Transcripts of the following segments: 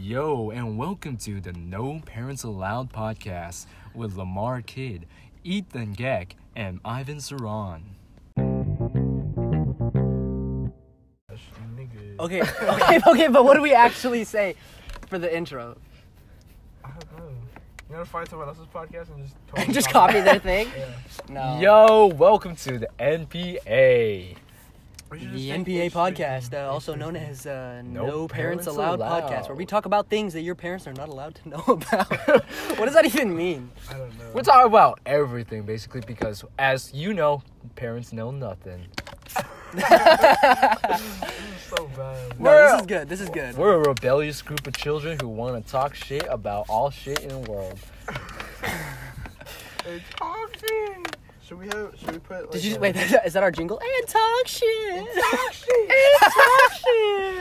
Yo, and welcome to the No Parents Allowed podcast with Lamar Kidd, Ethan Geck, and Ivan Saran. Okay, okay, okay, but what do we actually say for the intro? I don't know. You want to find someone else's podcast and just And totally just copy their thing? Yeah. No. Yo, welcome to the NPA. We should just The say NPA H3. podcast, uh, also known as uh, No, Parents, Parents allowed, Allowed. podcast, where we talk about things that your parents are not allowed to know about. what does that even mean? I don't know. We're talking about everything basically because, as you know, parents know nothing. This is so bad. No, this is good. This is good. We're a rebellious group of children who want to talk shit about all shit in the world. It's talking. Should we have? Should we put? Like, Did you a- wait? Is that- is that our jingle? And talk shit. Talk shit. And talk Have shit.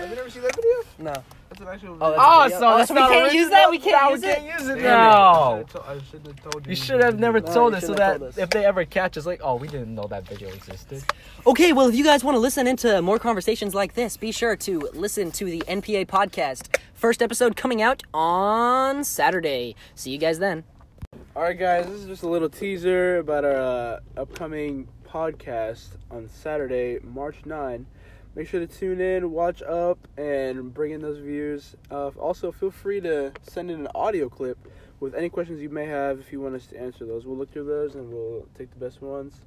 you never seen that video? No. That's an actual. video. Oh, that's- Oh, so Oh, that's so we not can't original? use that? We can't No, use we it? can't use it Damn it. now. I should have told- I should have told you. You should have never No, told you us so shouldn't have that told us. if they ever catch us, like, oh, we didn't know that video existed. Okay, well, if you guys want to listen into more conversations like this, be sure to listen to the NPA podcast. First episode coming out on Saturday. See you guys then. All right, guys, this is just a little teaser about our uh, upcoming podcast on Saturday, March 9. Make sure to tune in, watch up, and bring in those views. Uh, also, feel free to send in an audio clip with any questions you may have if you want us to answer those. We'll look through those and we'll take the best ones.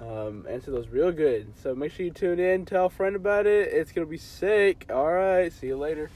Um, answer those real good. So make sure you tune in, tell a friend about it. It's going to be sick. All right, see you later.